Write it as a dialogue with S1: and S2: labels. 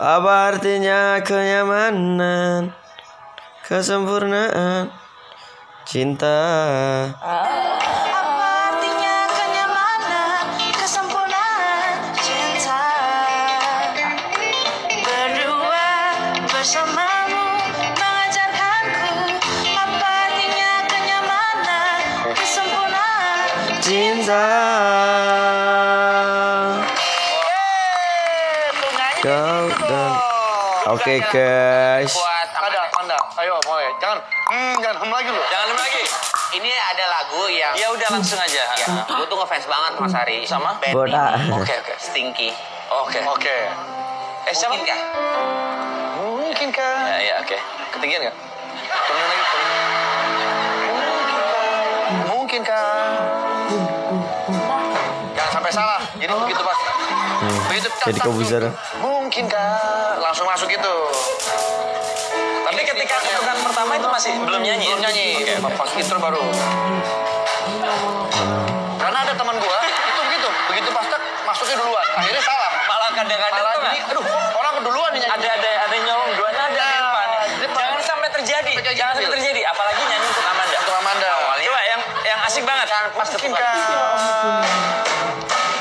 S1: Apa artinya kenyamanan? Kesempurnaan cinta.
S2: Apa artinya kenyamanan, kesempurnaan, cinta Berdua bersamamu mengajarkanku Apa artinya kenyamanan, kesempurnaan
S1: Cinta.
S2: Yeay, bunganya
S1: Kau
S2: gitu
S1: dan-
S2: dong.
S1: Oke guys.
S3: buat
S4: Ada, anda. Ayo, mulai. Jangan, hmm, jangan hem lagi loh.
S3: jangan lupa lagi ini ada lagu yang ya udah langsung aja ya gue tuh ngefans banget Mas Ari sama band
S1: Bodak.
S3: ini. oke oke Stinky oke
S4: Oke.
S3: eh siapa
S4: Mungkin Mungkin
S3: ya
S4: kan?
S3: ya oke
S4: Ketinggian nggak? Turun lagi. Turun. Mungkin kan? Jangan sampai salah. Jadi begitu pas. Begitu tak,
S1: Jadi
S4: tak,
S1: kau bisa.
S4: Mungkin kan? Langsung masuk gitu.
S3: tapi ketika ketukan pertama itu masih belum nyanyi
S4: Belum nyanyi. Pas intro baru. Karena ada teman gua itu begitu, begitu pas tak masuknya duluan. Akhirnya salah.
S3: malah kadang-kadang
S4: Malah
S3: tuh
S4: jadi, aduh, orang keduluan nih.
S3: ada ada ada nyolong dua nada di depan.
S4: depan.
S3: Jangan sampai terjadi.
S4: Sampai jadi
S3: Jangan sampai
S4: mobil.
S3: terjadi. Apalagi nyanyi untuk Amanda.
S4: Untuk Amanda.
S3: Awalnya. Coba yang yang asik banget.
S4: Pas ketukan.